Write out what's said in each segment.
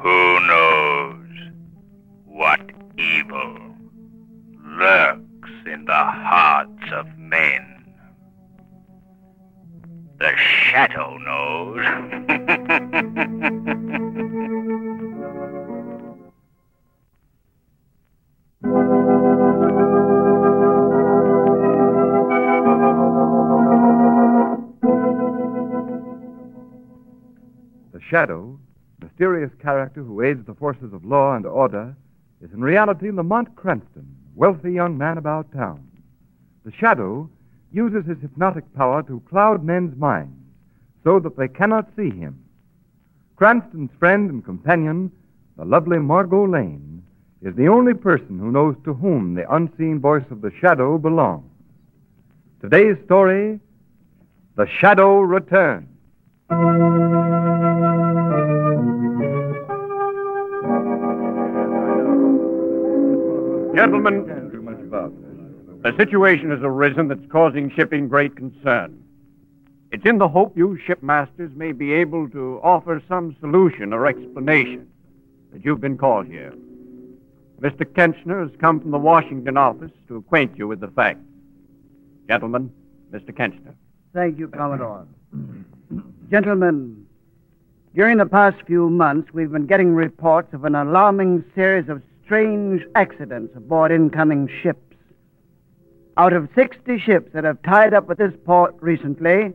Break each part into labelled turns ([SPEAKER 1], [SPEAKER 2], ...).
[SPEAKER 1] Who knows what evil lurks in the hearts of men? The shadow knows.
[SPEAKER 2] The shadow, mysterious character who aids the forces of law and order, is in reality Lamont Cranston, wealthy young man about town. The shadow uses his hypnotic power to cloud men's minds so that they cannot see him. Cranston's friend and companion, the lovely Margot Lane, is the only person who knows to whom the unseen voice of the shadow belongs. Today's story The Shadow Returns.
[SPEAKER 3] Gentlemen, a situation has arisen that's causing shipping great concern. It's in the hope you shipmasters may be able to offer some solution or explanation that you've been called here. Mr. Kenchner has come from the Washington office to acquaint you with the fact. Gentlemen, Mr. Kenchner.
[SPEAKER 4] Thank you, Commodore. Gentlemen, during the past few months, we've been getting reports of an alarming series of strange accidents aboard incoming ships. Out of 60 ships that have tied up at this port recently,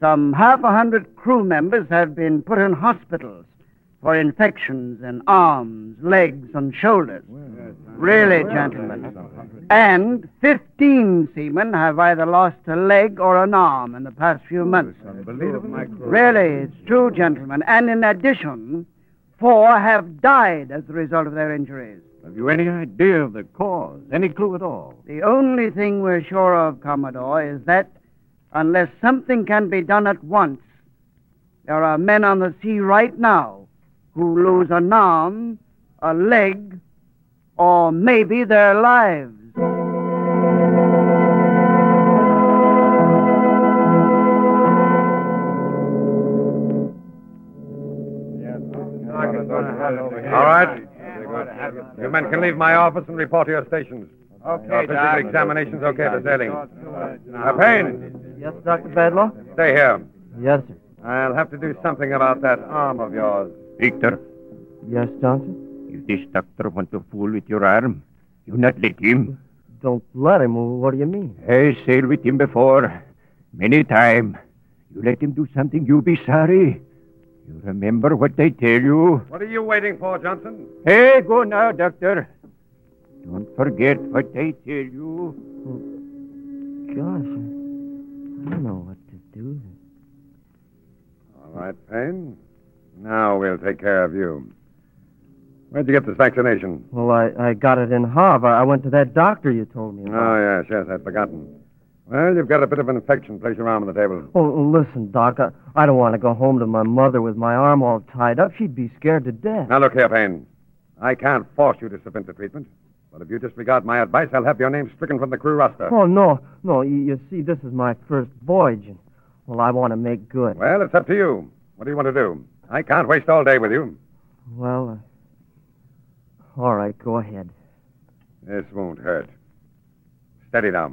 [SPEAKER 4] some half a hundred crew members have been put in hospitals for infections in arms, legs, and shoulders. Really, gentlemen. And 15 seamen have either lost a leg or an arm in the past few months. Really, it's true, gentlemen. And in addition, four have died as the result of their injuries.
[SPEAKER 3] Have you any idea of the cause? Any clue at all?
[SPEAKER 4] The only thing we're sure of, Commodore, is that unless something can be done at once, there are men on the sea right now who lose an arm, a leg, or maybe their lives.
[SPEAKER 5] All right. You men can leave my office and report to your stations. Okay, physical
[SPEAKER 6] Doc.
[SPEAKER 5] examination's okay for sailing. Uh, Payne,
[SPEAKER 6] Yes, Dr. Bedlow?
[SPEAKER 5] stay here.
[SPEAKER 6] Yes, sir.
[SPEAKER 5] I'll have to do something about that arm of yours.
[SPEAKER 3] Victor,
[SPEAKER 6] Yes, Johnson?
[SPEAKER 3] if this doctor want to fool with your arm, you not let him.
[SPEAKER 6] Don't let him. What do you mean?
[SPEAKER 3] I sailed with him before, many time. You let him do something, you be sorry. You remember what I tell you.
[SPEAKER 5] What are you waiting for, Johnson?
[SPEAKER 3] Hey, go now, doctor. Don't forget what I tell you.
[SPEAKER 6] Gosh, I don't know what to do.
[SPEAKER 5] All right, Payne. Now we'll take care of you. Where'd you get this vaccination?
[SPEAKER 6] Well, I, I got it in Harvard. I went to that doctor you told
[SPEAKER 3] Ah.
[SPEAKER 6] me
[SPEAKER 3] Uh.
[SPEAKER 6] about.
[SPEAKER 5] Oh, yes, yes, I'd forgotten. Well, you've got a bit of an infection. Place your arm on the table.
[SPEAKER 6] Oh, listen, Doc. I, I don't want to go home to my mother with my arm all tied up. She'd be scared to death.
[SPEAKER 3] Uh.
[SPEAKER 5] Now, look here, Payne. I can't force you to submit to treatment. But if you disregard my advice, I'll have your name stricken from the crew roster.
[SPEAKER 6] Oh, no, no. You, you see, this is my first voyage. And, well, I want to make good.
[SPEAKER 5] Well, it's up to you. What do you want to do? I can't waste all day with you.
[SPEAKER 6] Well, uh, all right, go ahead.
[SPEAKER 5] This won't hurt. Steady now.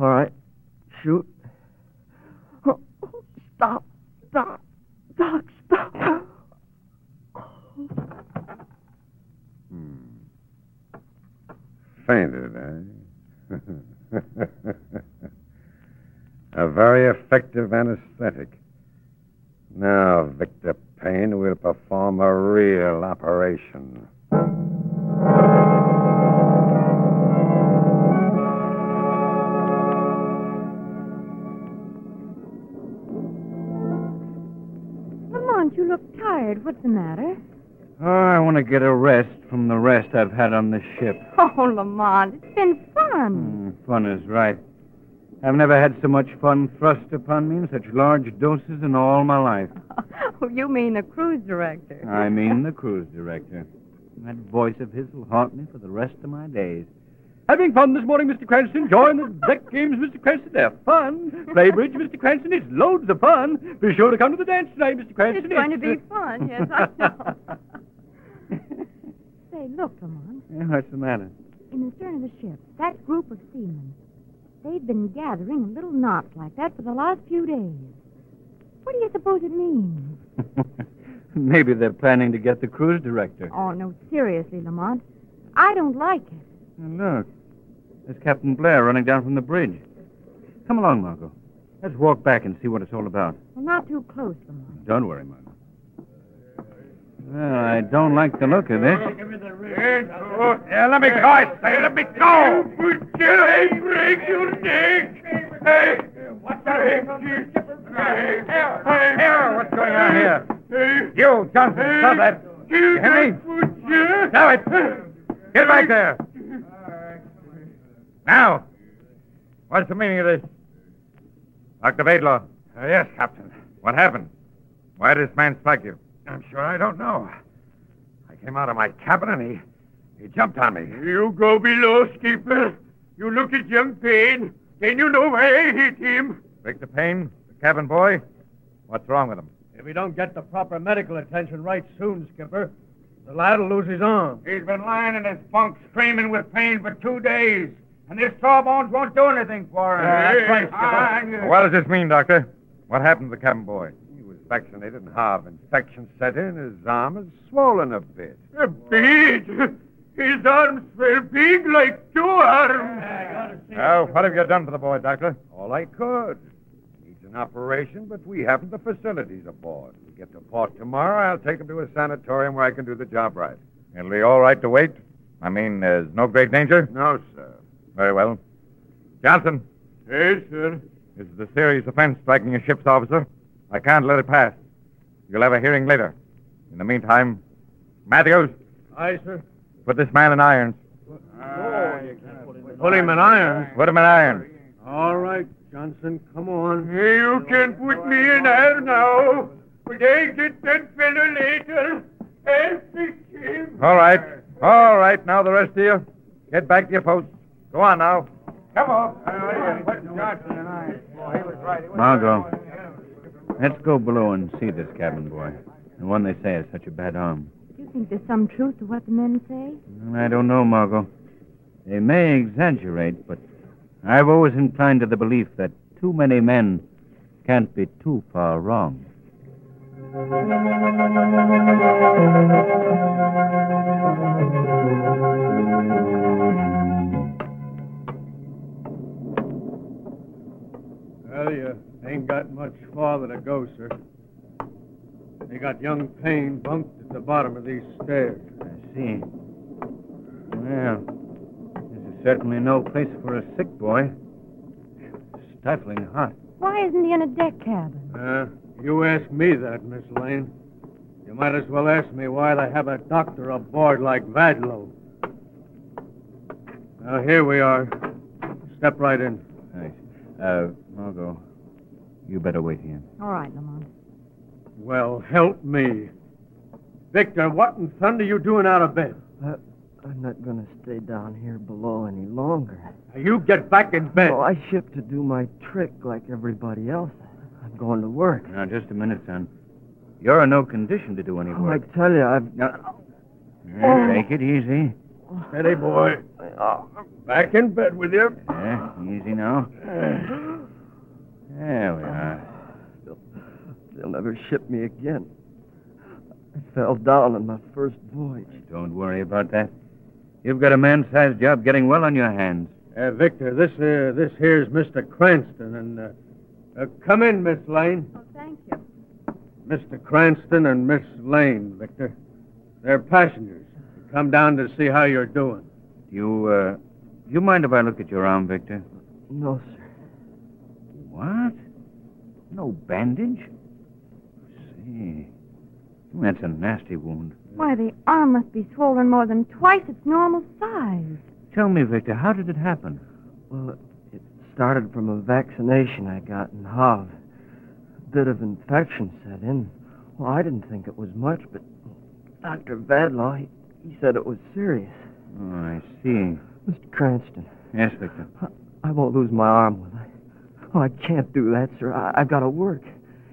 [SPEAKER 6] All right. Shoot. Stop. Stop. Doc, stop.
[SPEAKER 5] Hmm. fainted, eh? A very effective anesthetic. Now, Victor Payne, we'll perform a real operation.
[SPEAKER 7] Lamont, you look tired. What's the matter?
[SPEAKER 6] Oh, I want to get a rest from the rest I've had on this ship.
[SPEAKER 7] Oh, Lamont, it's been fun.
[SPEAKER 6] Hmm, fun is right. I've never had so much fun thrust upon me in such large doses in all my life.
[SPEAKER 7] Oh, you mean the cruise director?
[SPEAKER 6] Hmm. I mean the cruise director. That voice of his will haunt me for the rest of my days.
[SPEAKER 3] Having fun this morning, Mr. Cranston. Enjoying the deck games, Mr. Cranston. They're fun. Play bridge, Mr. Cranston. It's loads of fun. Be sure to come to the dance tonight, Mr. Cranston.
[SPEAKER 7] It's going to be fun. Yes, I know. Say, look, Lamont.
[SPEAKER 6] Yeah, what's the matter?
[SPEAKER 7] In the stern of the ship, that group of seamen, they've been gathering in little knots like that for the last few days. What do you suppose it means?
[SPEAKER 6] Maybe they're planning to get the cruise director.
[SPEAKER 7] Oh, no, seriously, Lamont. I don't like it.
[SPEAKER 6] And look, there's Captain Blair running down from the bridge. Come along, Margot. Let's walk back and see what it's all about.
[SPEAKER 7] Well, not too close, Lamont.
[SPEAKER 6] Don't worry, Margot. Well, I don't like the look of this.
[SPEAKER 3] Yeah, let me go, I say. Let me go. Hey, break your neck. Hey, what's up here? Hey, hey, what's going on here? You, Johnson, stop that. You hear me? Stop it. Get back there. Now, what's the meaning of this? Dr. Baidlaw. Uh, yes, Captain. What happened? Why did this man strike you? I'm sure I don't know. I came out of my cabin and he he jumped on me. You go below, skipper. You look at young Payne. Then you know why I hit him. Victor Payne, the cabin boy. What's wrong with him?
[SPEAKER 8] If he don't get the proper medical attention right soon, Skipper, the lad'll lose his arm.
[SPEAKER 9] He's been lying in his bunk, screaming with pain for two days. And this sawbones won't do anything for him.
[SPEAKER 3] Yeah, that's right, Skipper.
[SPEAKER 9] I-
[SPEAKER 3] What does this mean, Doctor? What happened to the cabin boy?
[SPEAKER 5] He was vaccinated and half infection set in. His arm is swollen a bit.
[SPEAKER 1] A big. His arms were big like two arms.
[SPEAKER 3] Oh, what have you done for the boy, Doctor?
[SPEAKER 5] All I could. Needs an operation, but we haven't the facilities aboard. We get to port tomorrow. I'll take him to a sanatorium where I can do the job right.
[SPEAKER 3] It'll be all right to wait. I mean, there's no great danger?
[SPEAKER 5] No, sir.
[SPEAKER 3] Very well. Johnson,
[SPEAKER 1] Yes, sir.
[SPEAKER 3] this is a serious offense striking a ship's officer. I can't let it pass. You'll have a hearing later. In the meantime, Matthews,
[SPEAKER 8] Aye, sir.
[SPEAKER 3] put this man in irons.
[SPEAKER 8] Put him in irons.
[SPEAKER 3] Put him in irons.
[SPEAKER 8] All right, Johnson, come on.
[SPEAKER 1] You can put me in there now. But I get that fellow later. I'll fix him.
[SPEAKER 3] All right. All right. Now, the rest of you, get back to your posts. Go on now.
[SPEAKER 1] Come on. Johnson and I. Oh, he was right.
[SPEAKER 6] Margot, let's go below and see this cabin boy. The one they say has such a bad arm.
[SPEAKER 7] Do you think there's some truth to what the men say?
[SPEAKER 6] Well, I don't know, Margot. They may exaggerate, but I've always inclined to the belief that too many men can't be too far wrong.
[SPEAKER 8] Well, you ain't got much farther to go, sir. They got young Payne bunked at the bottom of these stairs.
[SPEAKER 6] I see. Well, this is certainly no place for a sick boy. Stifling hot.
[SPEAKER 7] Why isn't he in a deck cabin?
[SPEAKER 8] Uh, you ask me that, Miss Lane. You might as well ask me why they have a doctor aboard like Vadlow. Now, here we are. Step right in.
[SPEAKER 6] Thanks. Uh, Margot, you better wait here.
[SPEAKER 7] All right, Lamont.
[SPEAKER 8] Well, help me. Victor, what in thunder you doing out of bed?
[SPEAKER 6] I'm not going to stay down here below any longer.
[SPEAKER 8] Now, You get back in bed.
[SPEAKER 6] I shipped to do my trick like everybody else. I'm going to work.
[SPEAKER 3] Now, just a minute, son. You're in no condition to do any
[SPEAKER 6] Oh, I tell you, I've.
[SPEAKER 3] Yeah, Take it easy.
[SPEAKER 8] Steady, boy. Back in bed with you.
[SPEAKER 3] Yeah, easy now. There we are.
[SPEAKER 6] They'll never ship me again. I fell down on my first voyage.
[SPEAKER 3] Don't worry about that.
[SPEAKER 10] You've got a man-sized job getting well on your hands.
[SPEAKER 11] Uh, Victor, this uh, this here's Mr. Cranston, and uh, uh, come in, Miss Lane.
[SPEAKER 7] Oh, thank you.
[SPEAKER 11] Mr. Cranston and Miss Lane, Victor. They're passengers. They Come down to see how you're doing.
[SPEAKER 10] You, uh, do you mind if I look at your arm, Victor?
[SPEAKER 4] No, sir.
[SPEAKER 10] What? No bandage? See. That's a nasty wound.
[SPEAKER 7] Why, the arm must be swollen more than twice its normal size.
[SPEAKER 10] Tell me, Victor, how did it happen?
[SPEAKER 4] Well, it started from a vaccination I got in Hov. A bit of infection set in. Well, I didn't think it was much, but Dr. Vadlaw, he, he said it was serious.
[SPEAKER 10] Oh, I see.
[SPEAKER 4] Mr. Cranston,
[SPEAKER 10] Yes, Victor.
[SPEAKER 4] I won't lose my arm, will I? Oh, I can't do that, sir. I, I've got to work.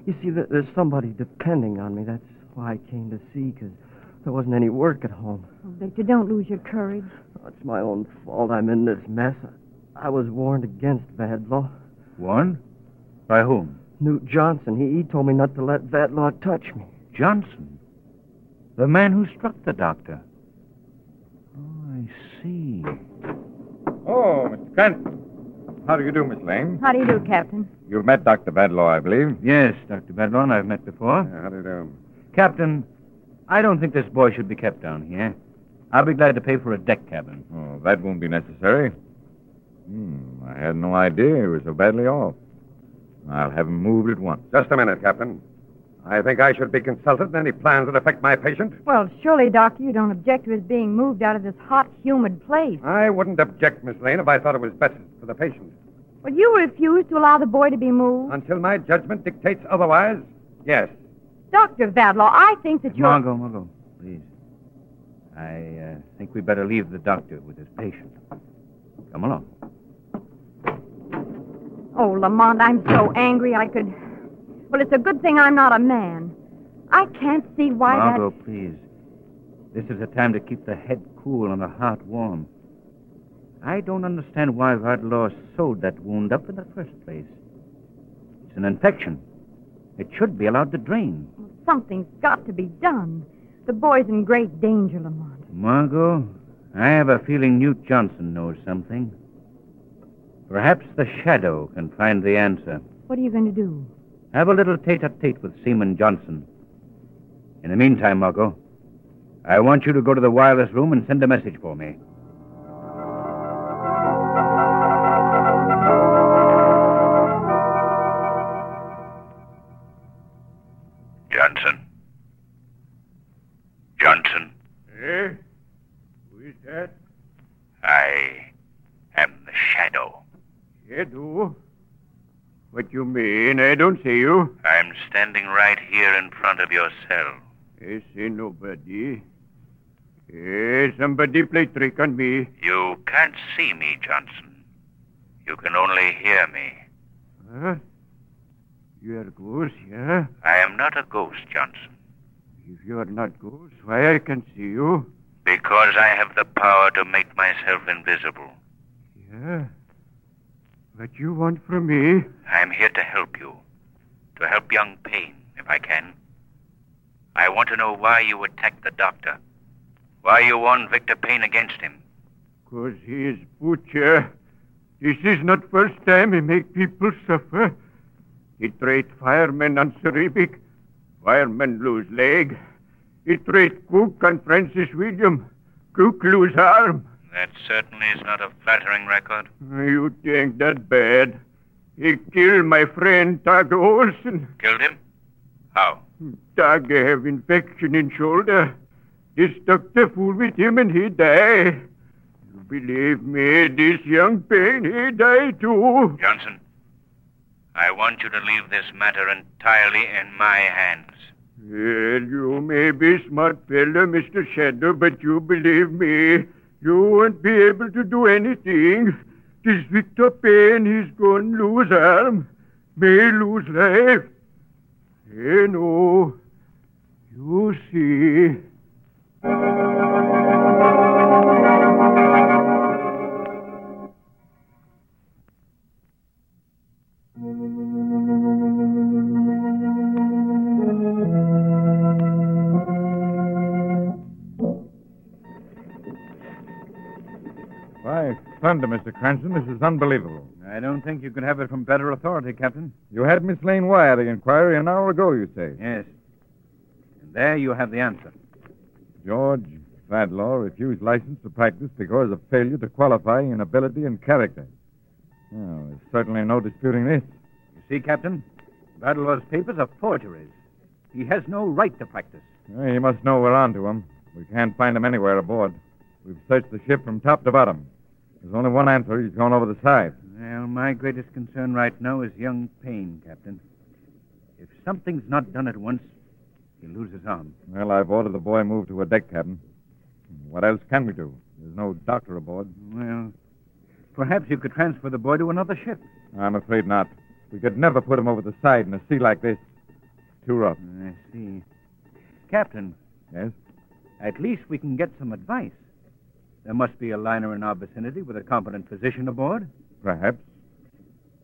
[SPEAKER 4] You see, there, there's somebody depending on me. That's why I came to see, because there wasn't any work at home.
[SPEAKER 7] Oh, Victor, don't lose your courage.
[SPEAKER 4] Oh, it's my own fault I'm in this mess. I, I was warned against Vadlaw.
[SPEAKER 10] Warned? By whom?
[SPEAKER 4] Newt Johnson, he, he told me not to let Vadlaw touch me.
[SPEAKER 10] Johnson. The man who struck the doctor. Oh, I see.
[SPEAKER 12] Oh, Mr. Cranston. How do you do, Miss Lane?
[SPEAKER 7] How do you do, Captain?
[SPEAKER 12] You've met Dr. Badlaw, I believe.
[SPEAKER 10] Yes, Dr. Badlon, I've met before.
[SPEAKER 12] Yeah, how do you do?
[SPEAKER 10] Captain, I don't think this boy should be kept down here. I'll be glad to pay for a deck cabin.
[SPEAKER 12] Oh, that won't be necessary. Hmm, I had no idea he was so badly off. I'll have him moved at once.
[SPEAKER 13] Just a minute, Captain. I think I should be consulted in any plans that affect my patient.
[SPEAKER 7] Well, surely, Doctor, you don't object to his being moved out of this hot, humid place.
[SPEAKER 13] I wouldn't object, Miss Lane, if I thought it was best for the patient.
[SPEAKER 7] Well, you refuse to allow the boy to be moved.
[SPEAKER 13] Until my judgment dictates otherwise, yes.
[SPEAKER 7] Dr. Vadlaw, I think that you're.
[SPEAKER 10] Margot, Margot, please. I uh, think we better leave the doctor with his patient. Come along.
[SPEAKER 7] Oh, Lamont, I'm so angry I could. Well, it's a good thing I'm not a man. I can't see why
[SPEAKER 10] Margot, please. This is a time to keep the head cool and the heart warm. I don't understand why Vardlaw sewed that wound up in the first place. It's an infection. It should be allowed to drain.
[SPEAKER 7] that something's got to be done. The boy's in great danger, Lamont.
[SPEAKER 10] Margot, I have a feeling Newt Johnson knows something. Perhaps the shadow can find the answer.
[SPEAKER 7] What are you going to do?
[SPEAKER 10] Have a little tete a tete with Seaman Johnson. In the meantime, Margot, I want you to go to the wireless room and send a message for me.
[SPEAKER 14] Johnson. Johnson,
[SPEAKER 15] Eh? Who is that?
[SPEAKER 14] I am the shadow.
[SPEAKER 3] Shadow? What you mean? I don't see you.
[SPEAKER 14] I'm standing right here in front of your cell.
[SPEAKER 3] I see nobody. Eh, somebody play trick on me.
[SPEAKER 14] You can't see me, Johnson. You can only hear me.
[SPEAKER 3] Huh? You're ghost, yeah?
[SPEAKER 14] I am not a ghost, Johnson,
[SPEAKER 3] If you're not ghost, why I can see you?
[SPEAKER 14] because I have the power to make myself invisible.
[SPEAKER 3] Yeah. What you want from me?
[SPEAKER 14] I am here to help you, to help young Payne, if I can. I want to know why you attacked the doctor, why you warned Victor Payne against him.
[SPEAKER 3] Cause he is butcher. This is not first time he make people suffer. He treat firemen on cerebic. Firemen lose leg. He treat cook on Francis William. Cook lose arm.
[SPEAKER 14] That certainly is not a flattering record.
[SPEAKER 3] You think that bad? He kill my friend Tag Olsen.
[SPEAKER 14] Killed him? How?
[SPEAKER 3] Tag have infection in shoulder. This doctor fool with him and he die. You believe me, this young pain, he die too.
[SPEAKER 14] Johnson, I want you to leave this matter entirely in my hands.
[SPEAKER 3] Well, you may be smart fellow, Mr. Shadow, but you believe me, you won't be able to do anything. This Victor Payne, he's gone lose arm, may lose life. You know, you see. By thunder, Mr. Cranston, this is unbelievable.
[SPEAKER 14] I don't think you could have it from better authority, Captain.
[SPEAKER 3] You had Miss Lane wire the inquiry an hour ago, you say.
[SPEAKER 14] Yes. And there you have the answer.
[SPEAKER 3] George Fadlaw refused license to practice because of failure to qualify in ability and character. Oh, there's certainly no disputing this.
[SPEAKER 14] You see, Captain, Badlaw's papers are forgeries. He has no right to practice.
[SPEAKER 3] Well, he must know we're on to him. We can't find him anywhere aboard. We've searched the ship from top to bottom. There's only one answer. He's gone over the side.
[SPEAKER 14] Well, my greatest concern right now is young Payne, Captain. If something's not done at once, he'll lose his arm.
[SPEAKER 3] Well, I've ordered the boy moved to a deck cabin. What else can we do? There's no doctor aboard.
[SPEAKER 14] Well, perhaps you could transfer the boy to another ship.
[SPEAKER 3] I'm afraid not. We could never put him over the side in a sea like this. It's too rough.
[SPEAKER 14] I see. Captain.
[SPEAKER 3] Yes?
[SPEAKER 14] At least we can get some advice. There must be a liner in our vicinity with a competent physician aboard.
[SPEAKER 3] Perhaps.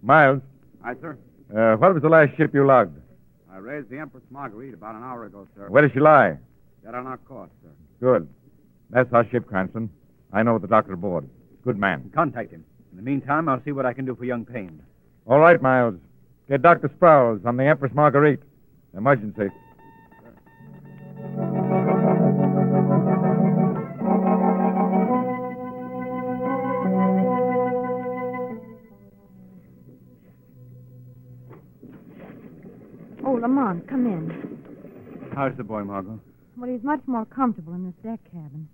[SPEAKER 3] Miles,
[SPEAKER 16] Aye, sir.
[SPEAKER 3] uh, what was the last ship you logged?
[SPEAKER 16] I raised the Empress Marguerite about an hour ago, sir.
[SPEAKER 3] Where does she lie?
[SPEAKER 16] Dead on our course, sir.
[SPEAKER 3] Good. That's our ship, Cranston. I know the doctor aboard. Good man.
[SPEAKER 14] Contact him. In the meantime, I'll see what I can do for young Payne.
[SPEAKER 3] All right, Miles. Get Dr. Sproul's on the Empress Marguerite. Emergency.
[SPEAKER 7] Oh, Lamont, come in.
[SPEAKER 14] How's the boy, Margot?
[SPEAKER 7] Well, he's much more comfortable in this deck cabin.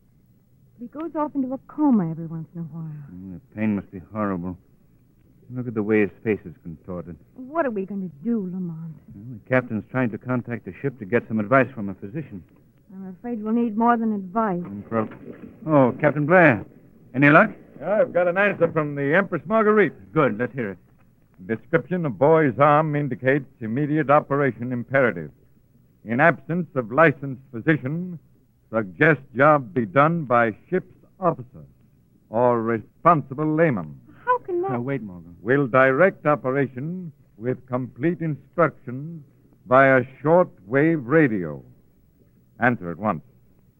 [SPEAKER 7] But he goes off into a coma every once in a while.
[SPEAKER 14] Mm, the pain must be horrible. Look at the way his face is contorted.
[SPEAKER 7] What are we going to do, Lamont?
[SPEAKER 14] Well, the captain's trying to contact the ship to get some advice from a physician.
[SPEAKER 7] I'm afraid we'll need more than advice.
[SPEAKER 14] Well, Oh, Captain Blair. Any luck?
[SPEAKER 3] I've got an answer from the Empress Marguerite.
[SPEAKER 14] Good. Let's hear it.
[SPEAKER 3] Description of boy's arm indicates immediate operation imperative. In absence of licensed physician, suggest job be done by ship's officer or responsible layman.
[SPEAKER 7] How can that?
[SPEAKER 14] Now, wait, Morgan.
[SPEAKER 3] Will direct operation with complete instructions via short wave radio. Answer at once.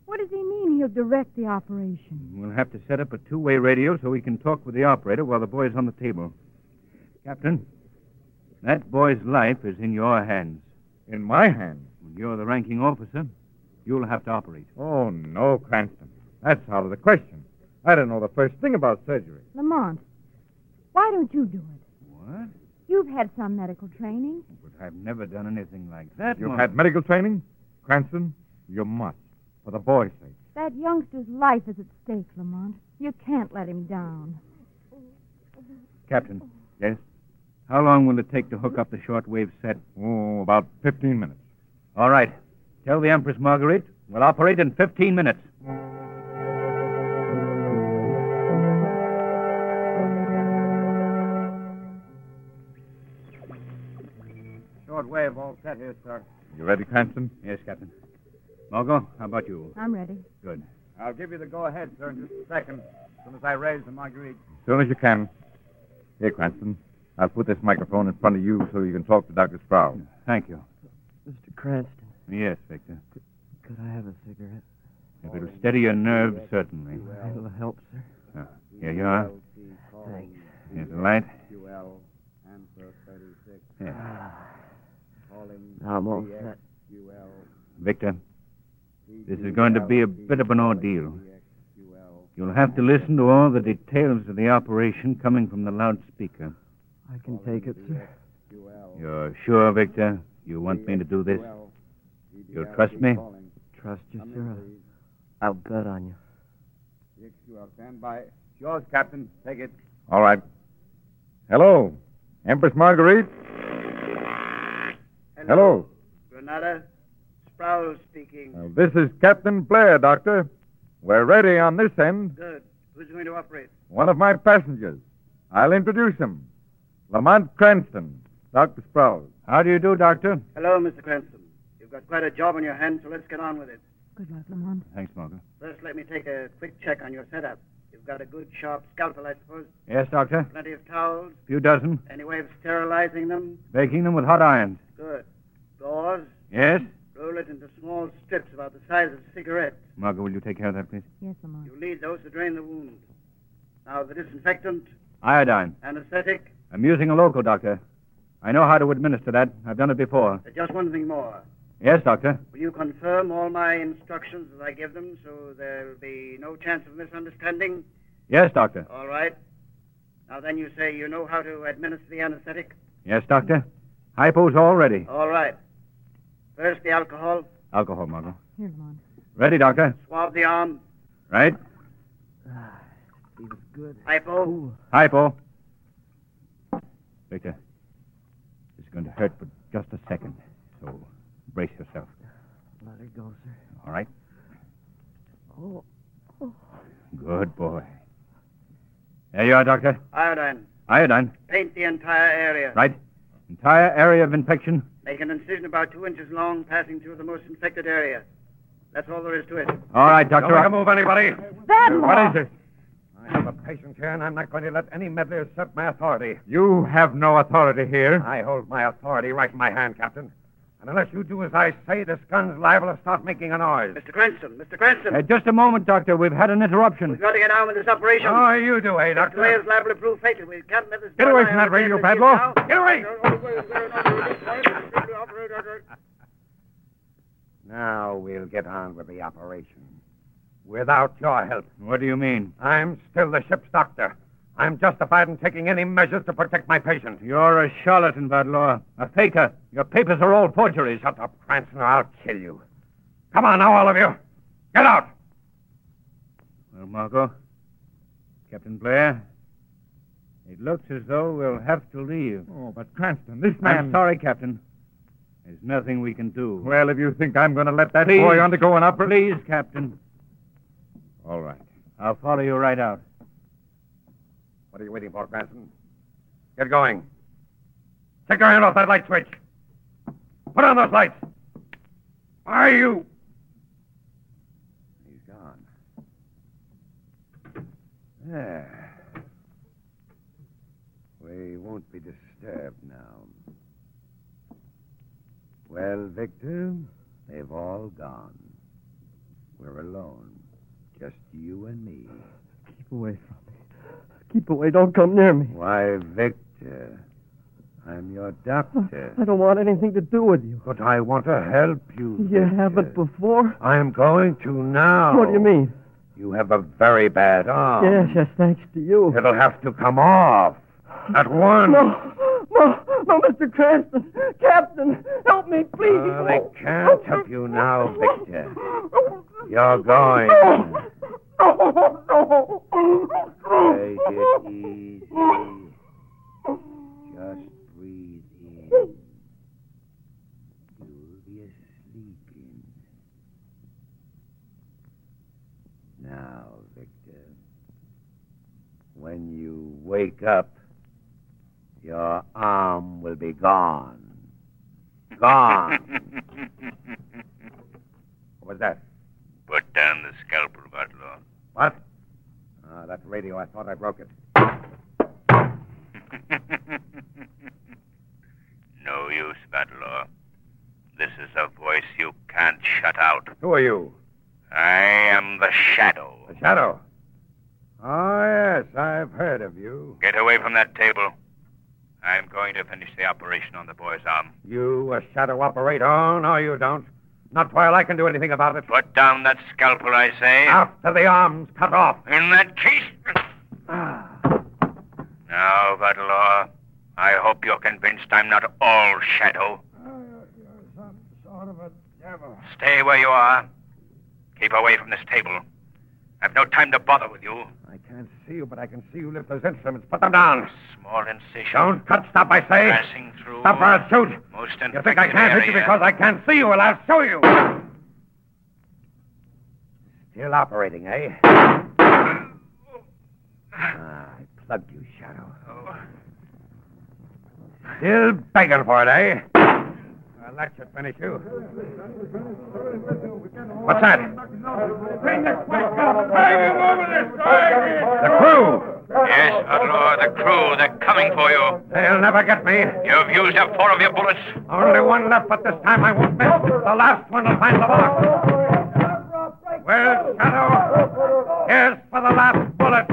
[SPEAKER 7] What does he mean he'll direct the operation?
[SPEAKER 14] We'll have to set up a two way radio so we can talk with the operator while the boy's on the table. Captain, that boy's life is in your hands.
[SPEAKER 3] In my hand?
[SPEAKER 14] When you're the ranking officer, you'll have to operate.
[SPEAKER 3] Oh, no, Cranston. That's out of the question. I don't know the first thing about surgery.
[SPEAKER 7] Lamont, why don't you do it?
[SPEAKER 14] What?
[SPEAKER 7] You've had some medical training.
[SPEAKER 14] But I've never done anything like that.
[SPEAKER 3] You've
[SPEAKER 14] Morgan.
[SPEAKER 3] had medical training? Cranston, you must. For the boy's sake.
[SPEAKER 7] That youngster's life is at stake, Lamont. You can't let him down.
[SPEAKER 14] Captain. Yes? How long will it take to hook up the shortwave set?
[SPEAKER 3] Oh, about 15 minutes.
[SPEAKER 14] All right. Tell the Empress Marguerite we'll operate in 15 minutes.
[SPEAKER 16] Short wave all set here, sir.
[SPEAKER 3] You ready, Cranston?
[SPEAKER 14] Yes, Captain. Margot, how about you?
[SPEAKER 7] I'm ready.
[SPEAKER 14] Good.
[SPEAKER 16] I'll give you the go ahead, sir, in just a second. As soon as I raise the Marguerite.
[SPEAKER 3] As soon as you can. Here, Cranston. I'll put this microphone in front of you so you can talk to Dr. Sproul.
[SPEAKER 14] Thank you.
[SPEAKER 17] Mr. Cranston,
[SPEAKER 14] Yes, Victor.
[SPEAKER 17] could I have a cigarette?
[SPEAKER 14] If it'll steady your nerves, certainly.
[SPEAKER 17] That'll help, sir.
[SPEAKER 14] Here you are.
[SPEAKER 4] Oh,
[SPEAKER 17] Thanks.
[SPEAKER 14] Here's the light.
[SPEAKER 16] UL, answer 36.
[SPEAKER 14] Yeah.
[SPEAKER 16] Call him
[SPEAKER 17] Now I'm all set.
[SPEAKER 16] UL,
[SPEAKER 14] Victor, this is going to be a bit of an ordeal. You'll have to listen to all the details of the operation coming from the loudspeaker.
[SPEAKER 17] I can
[SPEAKER 4] Oh,
[SPEAKER 17] take it, sir.
[SPEAKER 14] You're sure, Victor, you want me to do this? You'll trust me?
[SPEAKER 17] Trust you, sir. I'll bet on you.
[SPEAKER 16] UL, stand by. Yours, Captain. Take it.
[SPEAKER 3] All right. Hello, Empress Marguerite. Hello.
[SPEAKER 4] Granada, Sproul speaking.
[SPEAKER 3] Uh, this is Captain Blair, Doctor. We're ready on this end.
[SPEAKER 4] Good. Who's going to operate?
[SPEAKER 3] One of my passengers. I'll introduce him. Lamont Cranston, Dr. Sproul.
[SPEAKER 14] How do you do, Doctor?
[SPEAKER 4] Hello, Mr. Cranston. You've got quite a job on your hands, so let's get on with it.
[SPEAKER 7] Good luck, Lamont.
[SPEAKER 14] Thanks, Margot.
[SPEAKER 4] First, let me take a quick check on your setup. You've got a good, sharp scalpel, I suppose.
[SPEAKER 14] Yes, Doctor?
[SPEAKER 4] Plenty of towels.
[SPEAKER 14] Few dozen.
[SPEAKER 4] Any way of sterilizing them?
[SPEAKER 14] Baking them with hot irons.
[SPEAKER 4] Good. Gauze.
[SPEAKER 14] Yes?
[SPEAKER 4] Roll it into small strips about the size of cigarettes.
[SPEAKER 14] Margot, will you take care of that, please?
[SPEAKER 7] Yes, Lamont.
[SPEAKER 4] You lead those who drain the wound. Now the disinfectant,
[SPEAKER 18] Iodine.
[SPEAKER 4] anesthetic,
[SPEAKER 18] I'm using a local, Doctor. I know how to administer that. I've done it before.
[SPEAKER 4] and uh, just one thing more.
[SPEAKER 18] Yes, Doctor.
[SPEAKER 4] Will you confirm all my instructions as I give them so there'll be no chance of misunderstanding?
[SPEAKER 18] Yes, Doctor.
[SPEAKER 4] All right. Now then, you say you know how to administer the anesthetic?
[SPEAKER 18] Yes, Doctor. Hypo's all ready.
[SPEAKER 4] All right. First, the alcohol.
[SPEAKER 18] Alcohol, Margot.
[SPEAKER 7] Here, Lamont.
[SPEAKER 18] Ready, Doctor?
[SPEAKER 4] Swab the arm.
[SPEAKER 18] Right?
[SPEAKER 4] Hypo.
[SPEAKER 18] Hypo. Victor, this is going to hurt for just a second, so brace yourself.
[SPEAKER 19] Let her go, sir.
[SPEAKER 18] All right?
[SPEAKER 19] Oh,
[SPEAKER 18] Good boy. There you are, Doctor.
[SPEAKER 4] Iodine.
[SPEAKER 18] Iodine.
[SPEAKER 4] Paint the entire area.
[SPEAKER 18] Right? Entire area of infection.
[SPEAKER 4] Make an incision about two inches long, passing through the most infected area. That's all there is to it.
[SPEAKER 18] All right, Doctor.
[SPEAKER 3] Don't remove anybody.
[SPEAKER 7] Then
[SPEAKER 3] What is it? I have a patient here, and I'm not going to let any meddler usurp my authority.
[SPEAKER 20] You have no authority here.
[SPEAKER 3] I hold my authority right in my hand, Captain. And unless you do as I say, this gun's liable to start making a noise.
[SPEAKER 4] Mr. Cranston, Mr. Cranston.
[SPEAKER 18] Uh, just a moment, Doctor. We've had an interruption.
[SPEAKER 4] We've got to get on with this operation.
[SPEAKER 3] Oh, you do, eh,
[SPEAKER 4] The delay
[SPEAKER 3] Doctor?
[SPEAKER 4] is liable to prove fatal. We can't let this.
[SPEAKER 3] Get away from that radio, Pablo. Get away! Now we'll get on with the operation. Without your help.
[SPEAKER 18] What do you mean?
[SPEAKER 3] I'm still the ship's doctor. I'm justified in taking any measures to protect my patient.
[SPEAKER 18] You're a charlatan, Vadlaw. A faker. Your papers are all forgeries.
[SPEAKER 3] Shut up, Cranston, or I'll kill you. Come on now, all of you. Get out!
[SPEAKER 18] Well, Margot, Captain Blair, it looks as though we'll have to leave.
[SPEAKER 20] Oh, but Cranston, this man.
[SPEAKER 18] I'm sorry, Captain. There's nothing we can do.
[SPEAKER 20] Well, if you think I'm going to let that
[SPEAKER 18] Please.
[SPEAKER 20] boy undergo an operation.
[SPEAKER 18] Please, Captain.
[SPEAKER 20] All right.
[SPEAKER 18] I'll follow you right out.
[SPEAKER 3] What are you waiting for, Cranston? Get going. Take your hand off that light switch. Put on those lights. Are you? He's gone. There. We won't be disturbed now. Well, Victor, they've all gone. We're alone. Just you and me.
[SPEAKER 19] keep away from me. Keep away. Don't come near me.
[SPEAKER 3] Why, Victor, I'm your doctor.
[SPEAKER 19] I don't want anything to do with you.
[SPEAKER 3] But I want to help you.
[SPEAKER 19] You
[SPEAKER 3] Victor.
[SPEAKER 19] haven't before.
[SPEAKER 3] I am going to now.
[SPEAKER 19] What do you mean?
[SPEAKER 3] You have a very bad arm.
[SPEAKER 19] yes, yes, thanks to you.
[SPEAKER 3] It'll have to come off. At once.
[SPEAKER 19] No, no, no, Mr. Cranston. Captain, help me, please.
[SPEAKER 3] Oh, they can't help you now, Victor. You're going.
[SPEAKER 19] Oh. No, no.
[SPEAKER 3] Take it easy. Just breathe in. You'll be asleep in. Now, Victor, when you wake up, your arm will be gone. Gone. what was that?
[SPEAKER 14] Put down the scalpel, Vadlaw.
[SPEAKER 3] What? Ah, that radio. I thought I broke it.
[SPEAKER 14] no use, Vadlaw. This is a voice you can't shut out.
[SPEAKER 3] Who are you?
[SPEAKER 14] I am the shadow.
[SPEAKER 3] The Shadow. Oh, yes, I've heard of you.
[SPEAKER 14] Get away from that table. I'm going to finish the operation on the boy's arm.
[SPEAKER 3] You a Shadow operator? Oh, no, you don't. Not while I can do anything about it.
[SPEAKER 14] Put down that scalpel, I say.
[SPEAKER 3] After the arm's cut off. Ah. Oh,
[SPEAKER 14] In that case. now, Vadalaw, I hope you're convinced I'm not all shadow.
[SPEAKER 21] some sort of a devil.
[SPEAKER 14] Stay where you are. Keep away from this table. I've no time to bother with you.
[SPEAKER 3] I can't see you, but I can see you lift those instruments. Put them down.
[SPEAKER 14] Small incision.
[SPEAKER 3] Don't cut. Stop, I say.
[SPEAKER 14] Passing through.
[SPEAKER 3] Stop or I'll shoot.
[SPEAKER 14] Most
[SPEAKER 3] You think I can't hit you because I can't see you? Well, I'll show you. Still operating, eh? Ah, I plugged you, Shadow. Still begging for it, eh? Well, that should finish you. What's that?
[SPEAKER 22] Bring this back up. Bring him over this side.
[SPEAKER 3] The crew!
[SPEAKER 14] Yes, Vadalaw, the crew, they're coming for you.
[SPEAKER 3] They'll never get me.
[SPEAKER 14] You've used up four of your bullets.
[SPEAKER 3] Only one left, but this time I won't miss. The last one will find the mark. Well, Shadow, here's for the last bullet.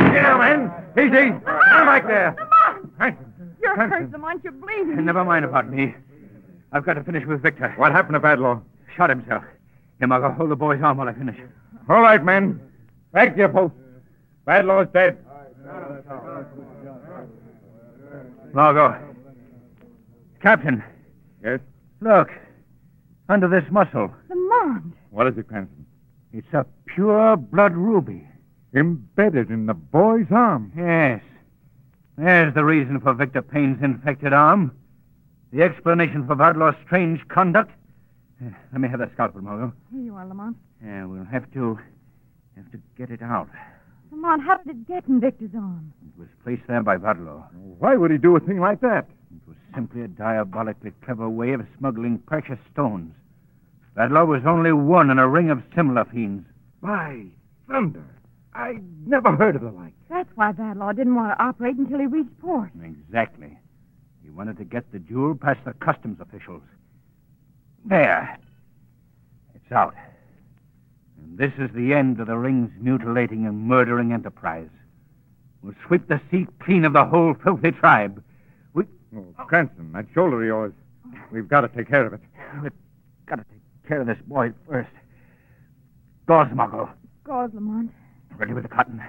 [SPEAKER 23] Eh, never mind about me. I've got to finish with Victor.
[SPEAKER 24] What happened to Badlaw?
[SPEAKER 23] Shot himself. Here, Margot, hold the boy's arm while I finish.
[SPEAKER 25] All right, men. Back to your post. Badlaw's dead.
[SPEAKER 3] Margot. Captain.
[SPEAKER 25] Yes?
[SPEAKER 3] Look. Under this muscle.
[SPEAKER 7] Lamont.
[SPEAKER 25] What is it, Cranston?
[SPEAKER 3] It's a pure blood ruby.
[SPEAKER 25] Embedded in the boy's arm.
[SPEAKER 3] Yes. There's the reason for Victor Payne's infected arm. The explanation for Vadlaw's strange conduct. Uh, Let me have that scalpel, Margot.
[SPEAKER 7] Here you are, Lamont.
[SPEAKER 3] Yeah, we'll have to have to get it out.
[SPEAKER 7] Lamont, how did it get in Victor's arm?
[SPEAKER 3] It was placed there by Vadlaw.
[SPEAKER 25] Why would he do a thing like that?
[SPEAKER 3] Simply a diabolically clever way of smuggling precious stones. Vadlaw was only one in a ring of similar fiends.
[SPEAKER 24] By thunder. I never heard of the like.
[SPEAKER 7] That's why Vadlaw didn't want to operate until he reached port.
[SPEAKER 3] Exactly. He wanted to get the jewel past the customs officials. There. It's out. And this is the end of the ring's mutilating and murdering enterprise. We'll sweep the sea clean of the whole filthy tribe.
[SPEAKER 25] Oh, Cranston, that shoulder of yours. We've got to take care of it.
[SPEAKER 3] We've got to take care of this boy first. Gauze, Margot.
[SPEAKER 7] Gauze, Lamont.
[SPEAKER 3] Ready with the cotton.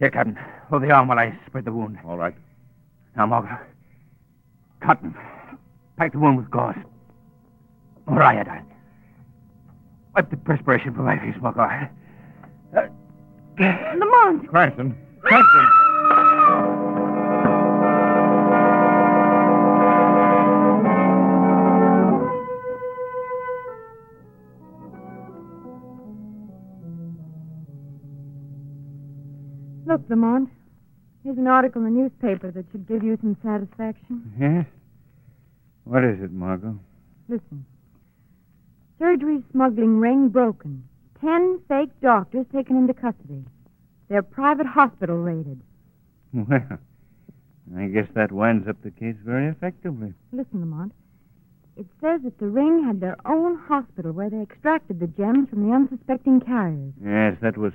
[SPEAKER 3] Here, Captain. Hold the arm while I spread the wound.
[SPEAKER 25] All right.
[SPEAKER 3] Now, Margot. Cotton. Pack the wound with gauze. Or iodine. Wipe the perspiration from my face, Margot. Uh,
[SPEAKER 7] Lamont!
[SPEAKER 25] Cranston. Cranston!
[SPEAKER 7] Look, Lamont. Here's an article in the newspaper that should give you some satisfaction.
[SPEAKER 3] Yes? What is it, Margot?
[SPEAKER 7] Listen. Surgery smuggling ring broken. Ten fake doctors taken into custody. Their private hospital raided.
[SPEAKER 3] Well, I guess that winds up the case very effectively.
[SPEAKER 7] Listen, Lamont. It says that the ring had their own hospital where they extracted the gems from the unsuspecting carriers.
[SPEAKER 3] Yes, that was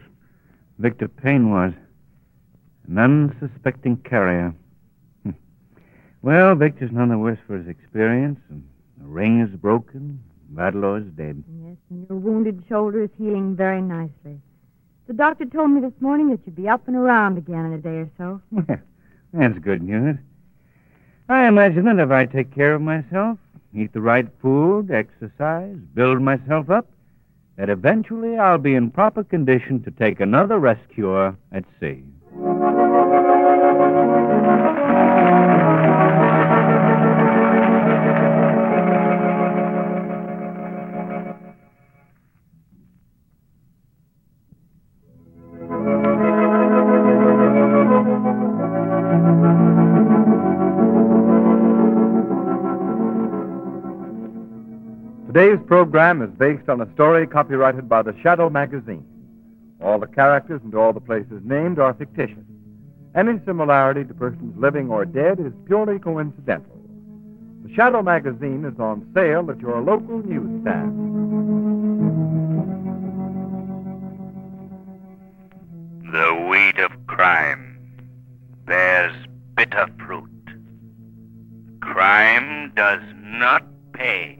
[SPEAKER 3] Victor Payne was. An unsuspecting carrier. Hmm. well, Victor's none the worse for his experience, and the ring is broken. Badlaw is dead.
[SPEAKER 7] Yes, and your wounded shoulder is healing very nicely. The doctor told me this morning that you'd be up and around again in a day or so.
[SPEAKER 3] Well, that's good news. I imagine that if I take care of myself, eat the right food, exercise, build myself up, that eventually I'll be in proper condition to take another rescuer at sea.
[SPEAKER 26] Today's program is based on a story copyrighted by the Shadow Magazine. All the characters and all the places named are fictitious. Any similarity to persons living or dead is purely coincidental. The Shadow Magazine is on sale at your local newsstand.
[SPEAKER 14] The weed of crime bears bitter fruit. Crime does not pay.